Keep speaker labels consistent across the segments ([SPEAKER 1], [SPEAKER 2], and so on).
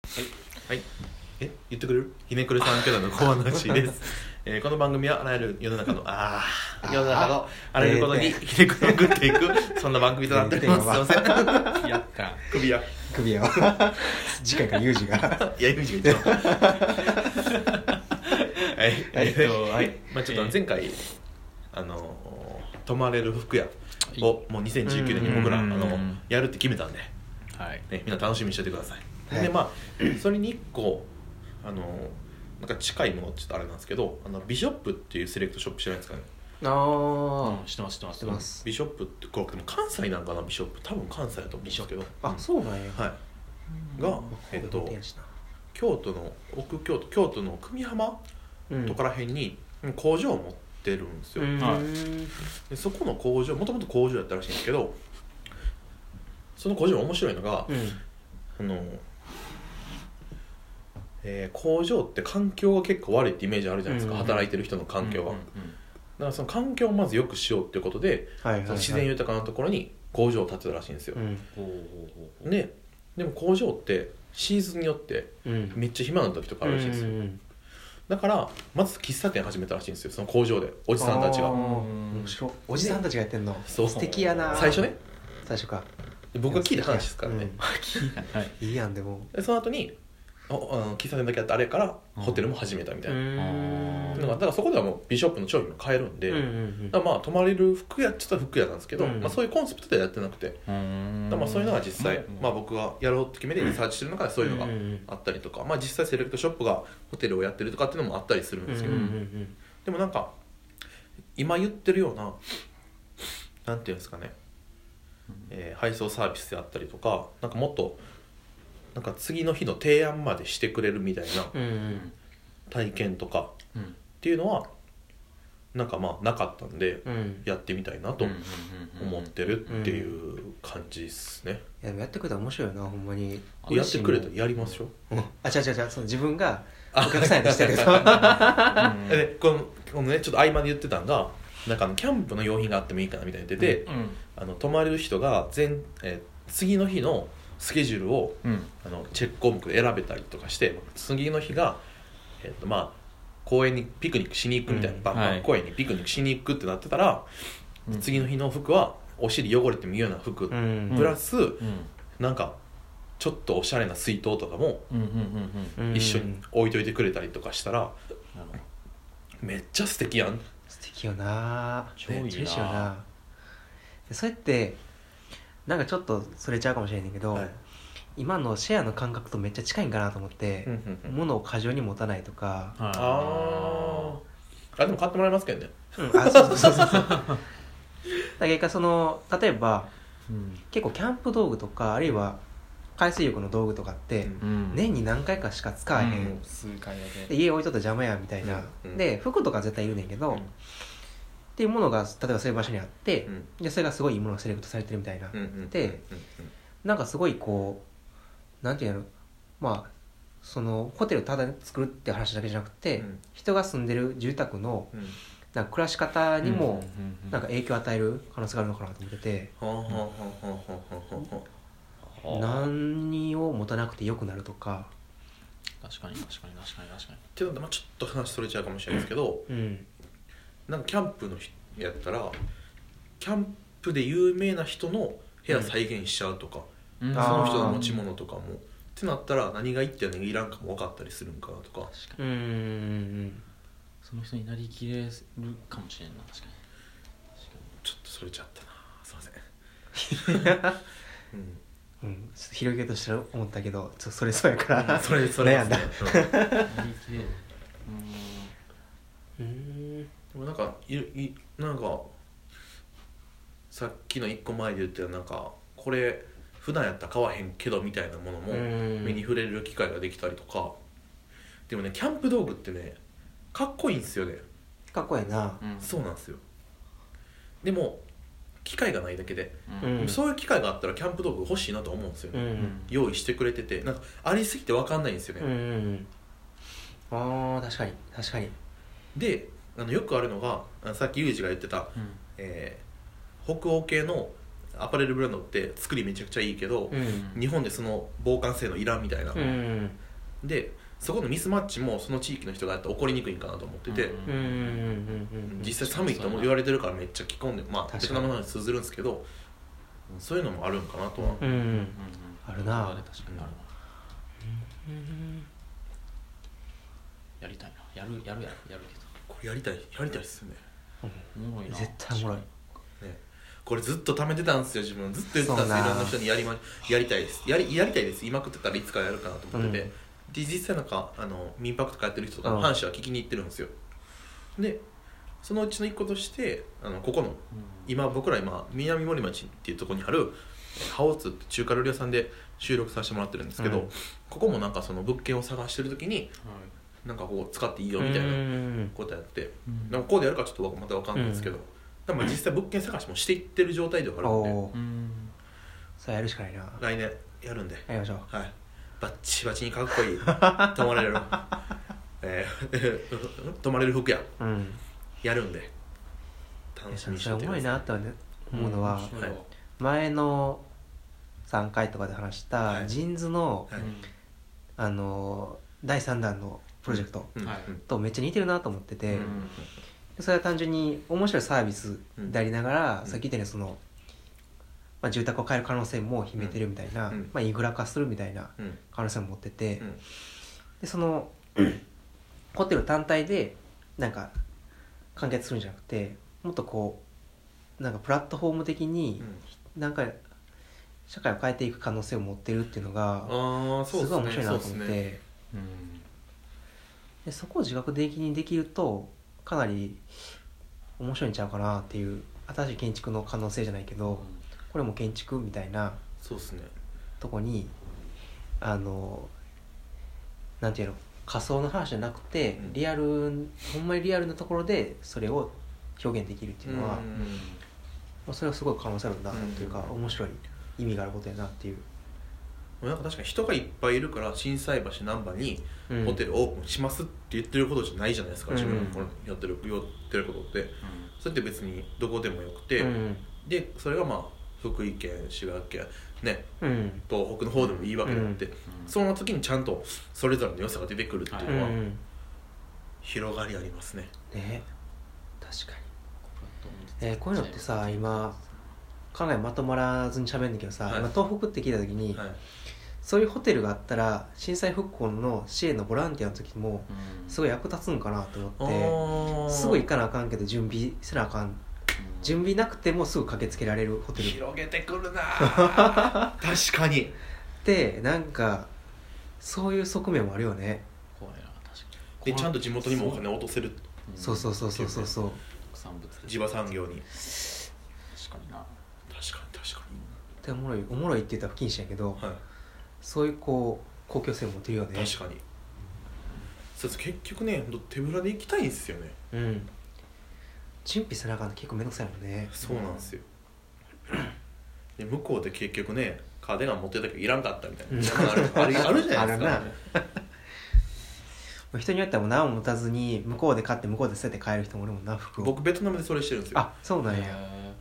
[SPEAKER 1] はい、はい、え言ってくれるひねくれさんからの小話 です、えーこの番組はあらゆる世の中のあ
[SPEAKER 2] あ
[SPEAKER 1] あ
[SPEAKER 2] ー
[SPEAKER 1] 世の中のあらゆることにひねくれまくっていくそんな番組となっており ますすいません
[SPEAKER 3] やった
[SPEAKER 1] 首や
[SPEAKER 2] 首を 次回からユー ジが
[SPEAKER 1] いやゆうじが一番はいえっとはい、まあ、ちょっと前回あの泊まれる服屋をもう2019年に僕らあ
[SPEAKER 3] うん
[SPEAKER 1] のやるって決めたんで
[SPEAKER 3] はい
[SPEAKER 1] ね、みんな楽しみにしててください、
[SPEAKER 2] はい
[SPEAKER 1] でまあ それに一個あのなんか近いものちょっとあれなんですけどあのビショップっていうセレクトショップ知らないですかね
[SPEAKER 2] あ
[SPEAKER 3] 知ってます知ってま
[SPEAKER 2] 知
[SPEAKER 3] す
[SPEAKER 2] ってます
[SPEAKER 1] ビショップってこれでも関西なんかなビショップ多分関西だと思うんですけど
[SPEAKER 2] あそうなんや
[SPEAKER 1] はいがえっと
[SPEAKER 2] 神戸本店やしな
[SPEAKER 1] 京都の奥京都京都の久美浜
[SPEAKER 2] うん
[SPEAKER 1] とか、ら辺に工場を持ってるんですよ、
[SPEAKER 2] うん
[SPEAKER 3] は
[SPEAKER 1] でそこの工場もともと工場やったらしいんですけどその工場面白いのが、
[SPEAKER 2] うん
[SPEAKER 1] あの、えー工場って環境が結構悪いってイメージあるじゃないですか、
[SPEAKER 2] うん
[SPEAKER 1] 働いてる人の環境は、
[SPEAKER 3] うん
[SPEAKER 1] だからその環境をまず良くしようっていうことで、
[SPEAKER 2] はいはいはい
[SPEAKER 1] その自然豊かなところに工場を建てたらしいんですよ
[SPEAKER 2] う、ん
[SPEAKER 3] うんうんほうほうほうほう
[SPEAKER 1] ででも工場ってシーズンによって
[SPEAKER 2] うん
[SPEAKER 1] めっちゃ暇な時とかあるらしいんですよ、
[SPEAKER 2] うんうん
[SPEAKER 1] だからまず喫茶店始めたらしいんですよその工場でおじさんたち
[SPEAKER 2] あー
[SPEAKER 1] が
[SPEAKER 2] 面白いおじさんたちがやってんの
[SPEAKER 1] そう
[SPEAKER 2] 素敵やな
[SPEAKER 1] 最初ね
[SPEAKER 2] 最初か
[SPEAKER 1] で僕が聞いた話ですからね、
[SPEAKER 3] はい
[SPEAKER 2] うんいいやんでも
[SPEAKER 1] でその後にああの喫茶店だけやってあれからホテルも始めたみたいな、
[SPEAKER 3] ん
[SPEAKER 1] だからだからそこではもうビショップの商品も買えるんで、
[SPEAKER 2] うんうん
[SPEAKER 1] だからまあ泊まれる服屋っちゃったら服屋なんですけど、
[SPEAKER 2] うん
[SPEAKER 1] まあ、そういうコンセプトではやってなくて、だか
[SPEAKER 3] うん
[SPEAKER 1] らまあそういうのが実際、
[SPEAKER 3] うん
[SPEAKER 1] まあ、僕がやろうって決めてリサーチしてる中でそういうのが
[SPEAKER 2] うんうん
[SPEAKER 1] あったりとか、まあ、実際セレクトショップがホテルをやってるとかっていうのもあったりするんですけど、
[SPEAKER 2] うんうんうん
[SPEAKER 1] でもなんか今言ってるようななんていうんですかね、えー配送サービスであったりとかなんかもっとなんか次の日の提案までしてくれるみたいな
[SPEAKER 2] うんうん
[SPEAKER 1] 体験とか
[SPEAKER 3] うん
[SPEAKER 1] っていうのはなんかまあなかったんで
[SPEAKER 2] うん
[SPEAKER 1] やってみたいなと
[SPEAKER 3] うんうんうんうん
[SPEAKER 1] 思ってるっていう感じですね、
[SPEAKER 2] いやでもやってくれたら面白いよなほんまに
[SPEAKER 3] うん
[SPEAKER 1] やってくれたらやりますよ
[SPEAKER 2] うんあ違う違う違うその自分がお
[SPEAKER 1] あ
[SPEAKER 2] 客さんやとしてる けど
[SPEAKER 3] うん
[SPEAKER 1] でこのこのねちょっと合間で言ってたのがなんかあのキャンプの用品があってもいいかなみたいに言ってて、
[SPEAKER 3] うん
[SPEAKER 1] あの泊まれる人が前、えー次の日のスケジュールを
[SPEAKER 3] うん
[SPEAKER 1] あのチェック項目で選べたりとかして次の日が、えーとまあ、公園にピクニックしに行くみたいな、
[SPEAKER 2] うん
[SPEAKER 1] バンバン
[SPEAKER 3] はい
[SPEAKER 1] 公園にピクニックしに行くってなってたら、
[SPEAKER 3] うん
[SPEAKER 1] 次の日の服はお尻汚れてもいいような服、
[SPEAKER 2] うん
[SPEAKER 1] プラス
[SPEAKER 3] うん
[SPEAKER 1] なんかちょっとおしゃれな水筒とかも
[SPEAKER 3] うんうんうんうん
[SPEAKER 2] うん
[SPEAKER 1] 一緒に置いといてくれたりとかしたら、
[SPEAKER 3] なるほど
[SPEAKER 1] めっちゃ素敵やん
[SPEAKER 2] 素敵よな
[SPEAKER 3] 超いいな
[SPEAKER 2] めっちゃ嬉しいよなでそれってなんかちょっとそれちゃうかもしれないけど、
[SPEAKER 1] はい
[SPEAKER 2] 今のシェアの感覚とめっちゃ近いんかなと思って、物を過剰に持たないとか、
[SPEAKER 3] はい
[SPEAKER 1] あーあでも買ってもらいますけどね
[SPEAKER 2] うんあそうそうそうそう だから一回その例えば
[SPEAKER 3] うん
[SPEAKER 2] 結構キャンプ道具とかあるいは海水浴の道具とかって、
[SPEAKER 1] うん
[SPEAKER 3] うん
[SPEAKER 2] 年に何回かしか使わへん、
[SPEAKER 3] うん数回だ
[SPEAKER 2] で
[SPEAKER 3] け
[SPEAKER 2] 家置いとったら邪魔やみたいな、
[SPEAKER 1] うんうん
[SPEAKER 2] で服とか絶対いるねんけど、
[SPEAKER 1] うん
[SPEAKER 2] っていうものが例えばそういう場所にあって、でそれがすごいいいものがセレクトされてるみたいな、でなんかすごいこうなんていうのまあそのホテルをただ作るって話だけじゃなくて、
[SPEAKER 1] うん
[SPEAKER 2] 人が住んでる住宅の
[SPEAKER 1] うん
[SPEAKER 2] なんか暮らし方にも
[SPEAKER 3] うんうんうん
[SPEAKER 2] なんか影響を与える可能性があるのかなと思ってて、
[SPEAKER 1] ほんほんほんほんほんほんほんほん
[SPEAKER 3] あー
[SPEAKER 2] 何を持たなくてよくなるとか、
[SPEAKER 3] 確かに確かに確かに確かに
[SPEAKER 1] っていうので、まあ、ちょっと話それちゃうかもしれないですけど
[SPEAKER 2] うん、
[SPEAKER 1] なんかキャンプの人やったらキャンプで有名な人の部屋再現しちゃうとか、
[SPEAKER 3] うん
[SPEAKER 1] そ
[SPEAKER 2] あー
[SPEAKER 1] の人の持ち物とかもってなったら何がいいって何がいらんかも分かったりするんかなとか
[SPEAKER 3] 確か
[SPEAKER 2] うんうんうん
[SPEAKER 3] にその人になりきれるかもしれんな確かに
[SPEAKER 1] ちょっとそれちゃったなすいません、 うん
[SPEAKER 2] うんうんちょっと広げようとして思ったけどちょっとそれそうやから
[SPEAKER 1] それそれ
[SPEAKER 2] 悩んだ
[SPEAKER 1] ですねうん
[SPEAKER 3] なりきれう
[SPEAKER 2] うん
[SPEAKER 1] でもなんかいいなんかさっきの一個前で言ったようななんかこれ普段やったら買わへんけどみたいなものも
[SPEAKER 2] うん
[SPEAKER 1] 目に触れる機会ができたりとかでもねキャンプ道具ってねかっこいいんですよね
[SPEAKER 2] かっこええな
[SPEAKER 3] ーん
[SPEAKER 1] そうなんですよでも機会がないだけで、
[SPEAKER 3] う
[SPEAKER 2] うん
[SPEAKER 3] ん
[SPEAKER 1] そういう機会があったらキャンプ道具欲しいなと思うんですよ
[SPEAKER 2] う
[SPEAKER 1] ね、
[SPEAKER 2] ん
[SPEAKER 1] 用意してくれててなんかありすぎて分かんないんですよね、
[SPEAKER 2] うんうんあー確かに確かに
[SPEAKER 1] であのよくあるのがあのさっきユージが言ってた
[SPEAKER 3] うん
[SPEAKER 1] えー北欧系のアパレルブランドって作りめちゃくちゃいいけど
[SPEAKER 2] う、ん
[SPEAKER 1] 日本でその防寒性のいらんみたいな、
[SPEAKER 2] うん
[SPEAKER 1] でそこのミスマッチもその地域の人がやったら起こりにくいんかなと思ってて、
[SPEAKER 2] うんうんうんうん
[SPEAKER 1] 実際寒いとも言われてるからめっちゃ着込んでまあ
[SPEAKER 2] 確
[SPEAKER 1] ベト
[SPEAKER 2] かに
[SPEAKER 1] ナムの話通ずるんですけどそういうのもあるんかなとは、
[SPEAKER 2] うんうんあるな
[SPEAKER 3] あれ確かにあるなやりたいなやるやるやるやるけ
[SPEAKER 1] これやりたいやりたいっすよね
[SPEAKER 3] どおもろいな
[SPEAKER 2] 絶対おもろい
[SPEAKER 1] ねこれずっと貯めてたんですよ自分ずっと言ってたんです
[SPEAKER 2] そ
[SPEAKER 1] い
[SPEAKER 2] うな
[SPEAKER 1] ろんな人にやり,、ま、やりたいですやりやりたいです今食ってたらいつかやるかなと思ってて、
[SPEAKER 2] うん
[SPEAKER 1] で実際なんかあの民泊とかやってる人とか
[SPEAKER 2] う
[SPEAKER 1] の
[SPEAKER 2] ん
[SPEAKER 1] 話は聞きに行ってるんですよ、でそのうちの一個としてあのここの
[SPEAKER 3] うん
[SPEAKER 1] 今僕ら今南森町っていうところにあるえーハオツって中華料理屋さんで収録させてもらってるんですけど、
[SPEAKER 2] うん
[SPEAKER 1] ここもなんかその物件を探してる時に
[SPEAKER 3] はい
[SPEAKER 1] なんかこう使っていいよみたいな
[SPEAKER 2] な
[SPEAKER 1] ことやって、
[SPEAKER 3] うん
[SPEAKER 1] なんかこうでやるかちょっとわまたわかんないですけど、でも実際物件探しもしていってる状態ではある
[SPEAKER 2] お
[SPEAKER 1] んで、
[SPEAKER 2] お
[SPEAKER 3] うん
[SPEAKER 2] さあやるしかないな
[SPEAKER 1] 来年やるんで、
[SPEAKER 2] やりましょう
[SPEAKER 1] はい、バッチバチにかっこ いい泊まれる、えー 泊まれる服や
[SPEAKER 2] うん
[SPEAKER 1] やるんで楽しみにしておい
[SPEAKER 2] それお
[SPEAKER 1] て
[SPEAKER 2] もろいなって思うのは
[SPEAKER 3] 面白いわ
[SPEAKER 2] 前の3回とかで話し
[SPEAKER 1] は
[SPEAKER 2] た
[SPEAKER 1] い
[SPEAKER 2] ジーンズの
[SPEAKER 1] はい
[SPEAKER 2] あの第3弾のプロジェクト
[SPEAKER 1] うん
[SPEAKER 3] はい
[SPEAKER 1] うん
[SPEAKER 2] とめっちゃ似てるなと思ってて
[SPEAKER 1] うん
[SPEAKER 2] それは単純に面白いサービスでありながら
[SPEAKER 1] うん
[SPEAKER 2] さっき言ったようにそのまあ住宅を買える可能性も秘めてるみたいな
[SPEAKER 1] うん
[SPEAKER 2] まあイグラ化するみたいな
[SPEAKER 1] うん
[SPEAKER 2] 可能性も持ってて
[SPEAKER 1] うん
[SPEAKER 2] でそのホテル単体でなんか完結するんじゃなくてもっとこうなんかプラットフォーム的に
[SPEAKER 1] うん
[SPEAKER 2] なんか社会を変えていく可能性を持ってるっていうのが
[SPEAKER 1] ああ
[SPEAKER 2] す
[SPEAKER 1] そう
[SPEAKER 2] ご
[SPEAKER 1] で
[SPEAKER 2] い面
[SPEAKER 1] すねそ
[SPEAKER 2] 白いな
[SPEAKER 1] うで
[SPEAKER 2] と
[SPEAKER 1] す
[SPEAKER 2] 思
[SPEAKER 1] ね
[SPEAKER 2] ってでそこを自覚的にできるとかなり面白いんちゃうかなっていう新しい建築の可能性じゃないけどこれも建築みたいな
[SPEAKER 1] そうですね
[SPEAKER 2] とこにあのなんていうの仮想の話じゃなくて
[SPEAKER 1] うん
[SPEAKER 2] リアルほんまにリアルなところでそれを表現できるっていうのは、
[SPEAKER 1] うん
[SPEAKER 2] も
[SPEAKER 3] うん
[SPEAKER 2] うそれはすごい可能性あるんだ
[SPEAKER 1] うん
[SPEAKER 2] というか、面白い意味があることやなっていう、
[SPEAKER 1] もうなんか確かに人がいっぱいいるから心斎橋難波に
[SPEAKER 2] うん
[SPEAKER 1] ホテルオープンしますって言ってることじゃないじゃないですか、
[SPEAKER 2] うん
[SPEAKER 1] 自分のこのやってるやってることってそれって別にどこでもよくて、
[SPEAKER 2] うん
[SPEAKER 1] でそれがまあ福井県滋賀県ね
[SPEAKER 2] うん
[SPEAKER 1] 東北の方でもいいわけであって、
[SPEAKER 3] うん
[SPEAKER 1] その時にちゃんとそれぞれの良さが出てくるっていううのは
[SPEAKER 2] ん
[SPEAKER 1] 広がりありますね、
[SPEAKER 2] ね確かに
[SPEAKER 3] これ
[SPEAKER 2] えーこういうのってさ今考えまとまらずに喋るんだけどさ、
[SPEAKER 1] はい
[SPEAKER 2] 今東北って聞いた時に、
[SPEAKER 1] はい、
[SPEAKER 2] そういうホテルがあったら震災復興の支援のボランティアの時も
[SPEAKER 3] うん
[SPEAKER 2] すごい役立つんかなと
[SPEAKER 1] あ
[SPEAKER 2] 思
[SPEAKER 1] ー
[SPEAKER 2] ってすぐ行かなあかんけど準備せなあかん
[SPEAKER 3] うん
[SPEAKER 2] 準備なくてもすぐ駆けつけられるホテルっ
[SPEAKER 1] 広げてくるなー確かに
[SPEAKER 2] てなんかそういう側面もあるよね、
[SPEAKER 3] 怖いな確か
[SPEAKER 1] で
[SPEAKER 3] に
[SPEAKER 1] ちゃんと地元にもお金を落とせる
[SPEAKER 2] そうそううそうそうそうそう
[SPEAKER 3] 産物で
[SPEAKER 1] 地場産業に
[SPEAKER 3] 確かにな
[SPEAKER 1] 確かに確か
[SPEAKER 2] でおもろいおもろいって言ったら不謹慎やけど、
[SPEAKER 1] に、はい
[SPEAKER 2] そういうこう公共性も持ってるよね
[SPEAKER 1] 確かにそうです結局ねほんと手ぶらで行きたいんですよね
[SPEAKER 2] うん準備せなあかんの結構めんどくさいもんね
[SPEAKER 1] そうなんですよで向こうで結局ねカーディガン持ってたけどいらんかったみたいな山があるあるあるじゃないです
[SPEAKER 2] あ
[SPEAKER 1] か
[SPEAKER 2] るもう 人によってはもう何も持たずに向こうで買って向こうで捨てて帰る人もおるもんな服を
[SPEAKER 1] 僕ベトナムでそれしてるんですよ
[SPEAKER 2] あそうなんやもっ
[SPEAKER 3] へ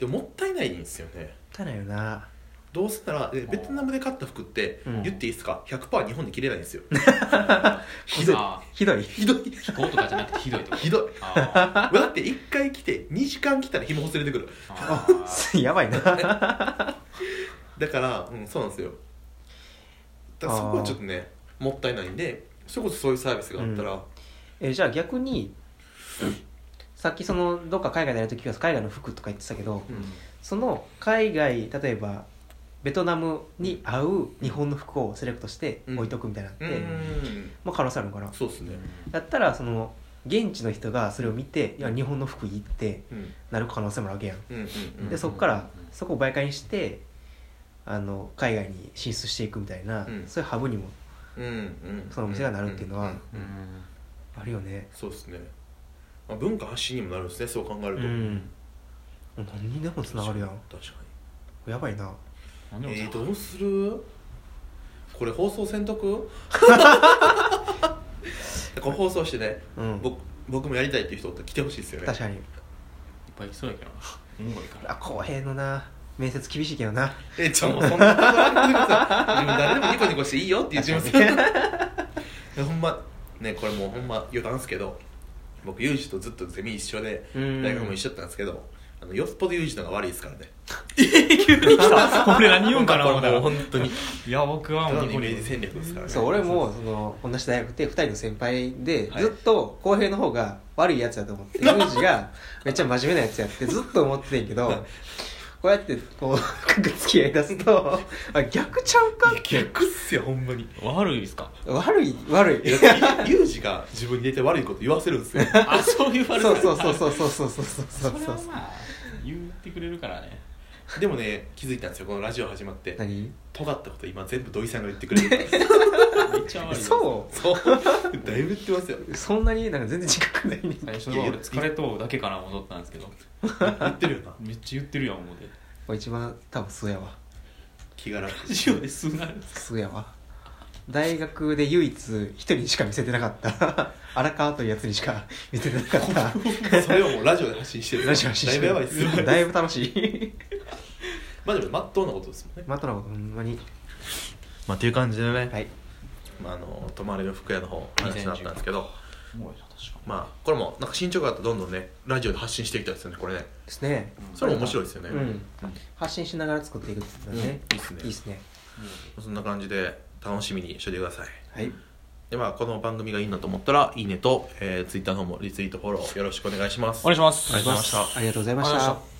[SPEAKER 1] でももったいないんですよね
[SPEAKER 2] たいないよな
[SPEAKER 1] どうせならえベトナムで買った服って
[SPEAKER 2] うん
[SPEAKER 1] 言っていいですか100%日本で着れないんです よ
[SPEAKER 3] ー
[SPEAKER 1] ひどい
[SPEAKER 3] あ
[SPEAKER 2] ひどい
[SPEAKER 1] ひど い
[SPEAKER 3] ー気候とかじゃなくてひどいってこと
[SPEAKER 1] ひどい
[SPEAKER 3] あ
[SPEAKER 1] だって1回着て2時間着たら紐ほつれてくる
[SPEAKER 3] ー あー
[SPEAKER 2] やばいな
[SPEAKER 1] だから、うん、そうなんですよだから
[SPEAKER 2] あー
[SPEAKER 1] そこはちょっとねもったいないんでそれこそそういうサービスがあったら、
[SPEAKER 2] えじゃあ逆にさっきそのどっか海外でやるときは海外の服とか言ってたけど
[SPEAKER 1] うん
[SPEAKER 2] その海外例えばベトナムに合う日本の服をセレクトして置いとくみたいなのっ
[SPEAKER 1] う
[SPEAKER 2] て、
[SPEAKER 1] ん
[SPEAKER 2] まあ、可能性あるのかな
[SPEAKER 1] そうですね、
[SPEAKER 2] だったらその現地の人がそれを見ていや日本の服いいって
[SPEAKER 1] うん、
[SPEAKER 2] なる可能性もあるわけやん
[SPEAKER 1] うんうんうん
[SPEAKER 2] でそこからそこを媒介にしてあの海外に進出していくみたいな、
[SPEAKER 1] うん
[SPEAKER 2] そういうハブにも
[SPEAKER 1] うんうん
[SPEAKER 2] そのお店がなるっていうのは
[SPEAKER 1] うんうん
[SPEAKER 2] あるよね
[SPEAKER 1] そうですね、まあ、文化発信にもなるんですねそう考える
[SPEAKER 2] う
[SPEAKER 1] と、
[SPEAKER 2] んもう何にでもつながるやん
[SPEAKER 1] 確か
[SPEAKER 2] やばいな
[SPEAKER 3] 何で
[SPEAKER 1] に
[SPEAKER 3] も
[SPEAKER 1] えー、
[SPEAKER 3] ど
[SPEAKER 1] どうするこれ放送せんと くこれ放送してね
[SPEAKER 2] うん
[SPEAKER 1] 僕僕もやりたいっていう人って来てほしいですよね
[SPEAKER 2] 確かに
[SPEAKER 3] いっぱい来そうやけどなおもろいから
[SPEAKER 2] あ公平のな面接厳しいけどな
[SPEAKER 1] えちょもうそんなこと ないで誰でもニコニコしていいよっていう自分さん ほんまねこれもうほんま余談っすけど僕ユージとずっとゼミ一緒で
[SPEAKER 2] うん
[SPEAKER 1] 大学も一緒だったんですけどあのよっぽどユージの方が悪いですからね
[SPEAKER 3] 急に来た 俺何言うんかな
[SPEAKER 1] これ
[SPEAKER 3] 思ったら
[SPEAKER 1] もう本当に
[SPEAKER 3] いや僕は
[SPEAKER 1] た
[SPEAKER 3] も
[SPEAKER 1] だの
[SPEAKER 3] う
[SPEAKER 1] イ
[SPEAKER 3] ニコ
[SPEAKER 1] メ
[SPEAKER 3] ニ
[SPEAKER 1] ー
[SPEAKER 3] コ
[SPEAKER 1] ジ戦略ですからね
[SPEAKER 2] そう俺もその同じ大学で2人の先輩で
[SPEAKER 1] はい
[SPEAKER 2] ずっと浩平の方が悪いやつだと思ってユージがめっちゃ真面目なやつやってずっと思ってたんやけどこうやってこう付き合い出すとあ逆ちゃうか
[SPEAKER 1] いや逆っすよほんま に
[SPEAKER 3] 悪いですか
[SPEAKER 2] 悪い悪
[SPEAKER 1] い
[SPEAKER 2] い
[SPEAKER 1] やユージが自分に出て悪いこと言わせるんですよ
[SPEAKER 3] あそういう悪い
[SPEAKER 2] そうそうそうそうそうそうそうそう
[SPEAKER 3] それ
[SPEAKER 2] そ
[SPEAKER 3] は
[SPEAKER 2] う
[SPEAKER 3] まあ言ってくれるから ね
[SPEAKER 1] でもね気づいたんですよこのラジオ始まって
[SPEAKER 2] 何
[SPEAKER 1] 尖ったこと今全部土井さんが言ってくれるから
[SPEAKER 3] めっちゃ悪いです
[SPEAKER 2] そ
[SPEAKER 1] そうだいぶ言ってますよ
[SPEAKER 2] うそんなになんか全然自覚ないね
[SPEAKER 3] 最初は俺疲れとうだけから戻ったんですけど
[SPEAKER 1] 言ってるよな
[SPEAKER 3] めっちゃ言ってるやん思 うて
[SPEAKER 2] もう一番多分そうやわ
[SPEAKER 1] 気が楽
[SPEAKER 3] ラジオで数なる
[SPEAKER 2] そうやわ大学で唯一一人にしか見せてなかった 荒川というやつにしか見せてなかった
[SPEAKER 1] そ れをもうラジオで発信してる
[SPEAKER 2] ラジオ発信して
[SPEAKER 1] だいぶやばいっすよ
[SPEAKER 2] る だいぶ楽しい
[SPEAKER 1] まあでもまっとうなことですもんね
[SPEAKER 2] マトラことほんまに
[SPEAKER 1] まあという感じでね、
[SPEAKER 2] はい
[SPEAKER 1] まあ、あの泊まれる服屋の方話になったんですけど
[SPEAKER 3] おもろいな確かに
[SPEAKER 1] まあこれもなんか進捗があったらどんどんねラジオで発信していきたいですよねこれね
[SPEAKER 2] ですね
[SPEAKER 1] それも面白いですよね、
[SPEAKER 2] うん発信しながら作っていくっていうのはね、
[SPEAKER 1] うんいいっすね
[SPEAKER 2] いいっすね
[SPEAKER 1] そんな感じで楽しみにしててください
[SPEAKER 2] はい
[SPEAKER 1] でまあこの番組がいいなと思ったらいいねと、えー、ツイッターの方もリツイートフォローよろしくお願いします
[SPEAKER 3] お願いします
[SPEAKER 1] ありがとうございました
[SPEAKER 2] ありがとうございま
[SPEAKER 3] ありがとうございま
[SPEAKER 2] し
[SPEAKER 3] したた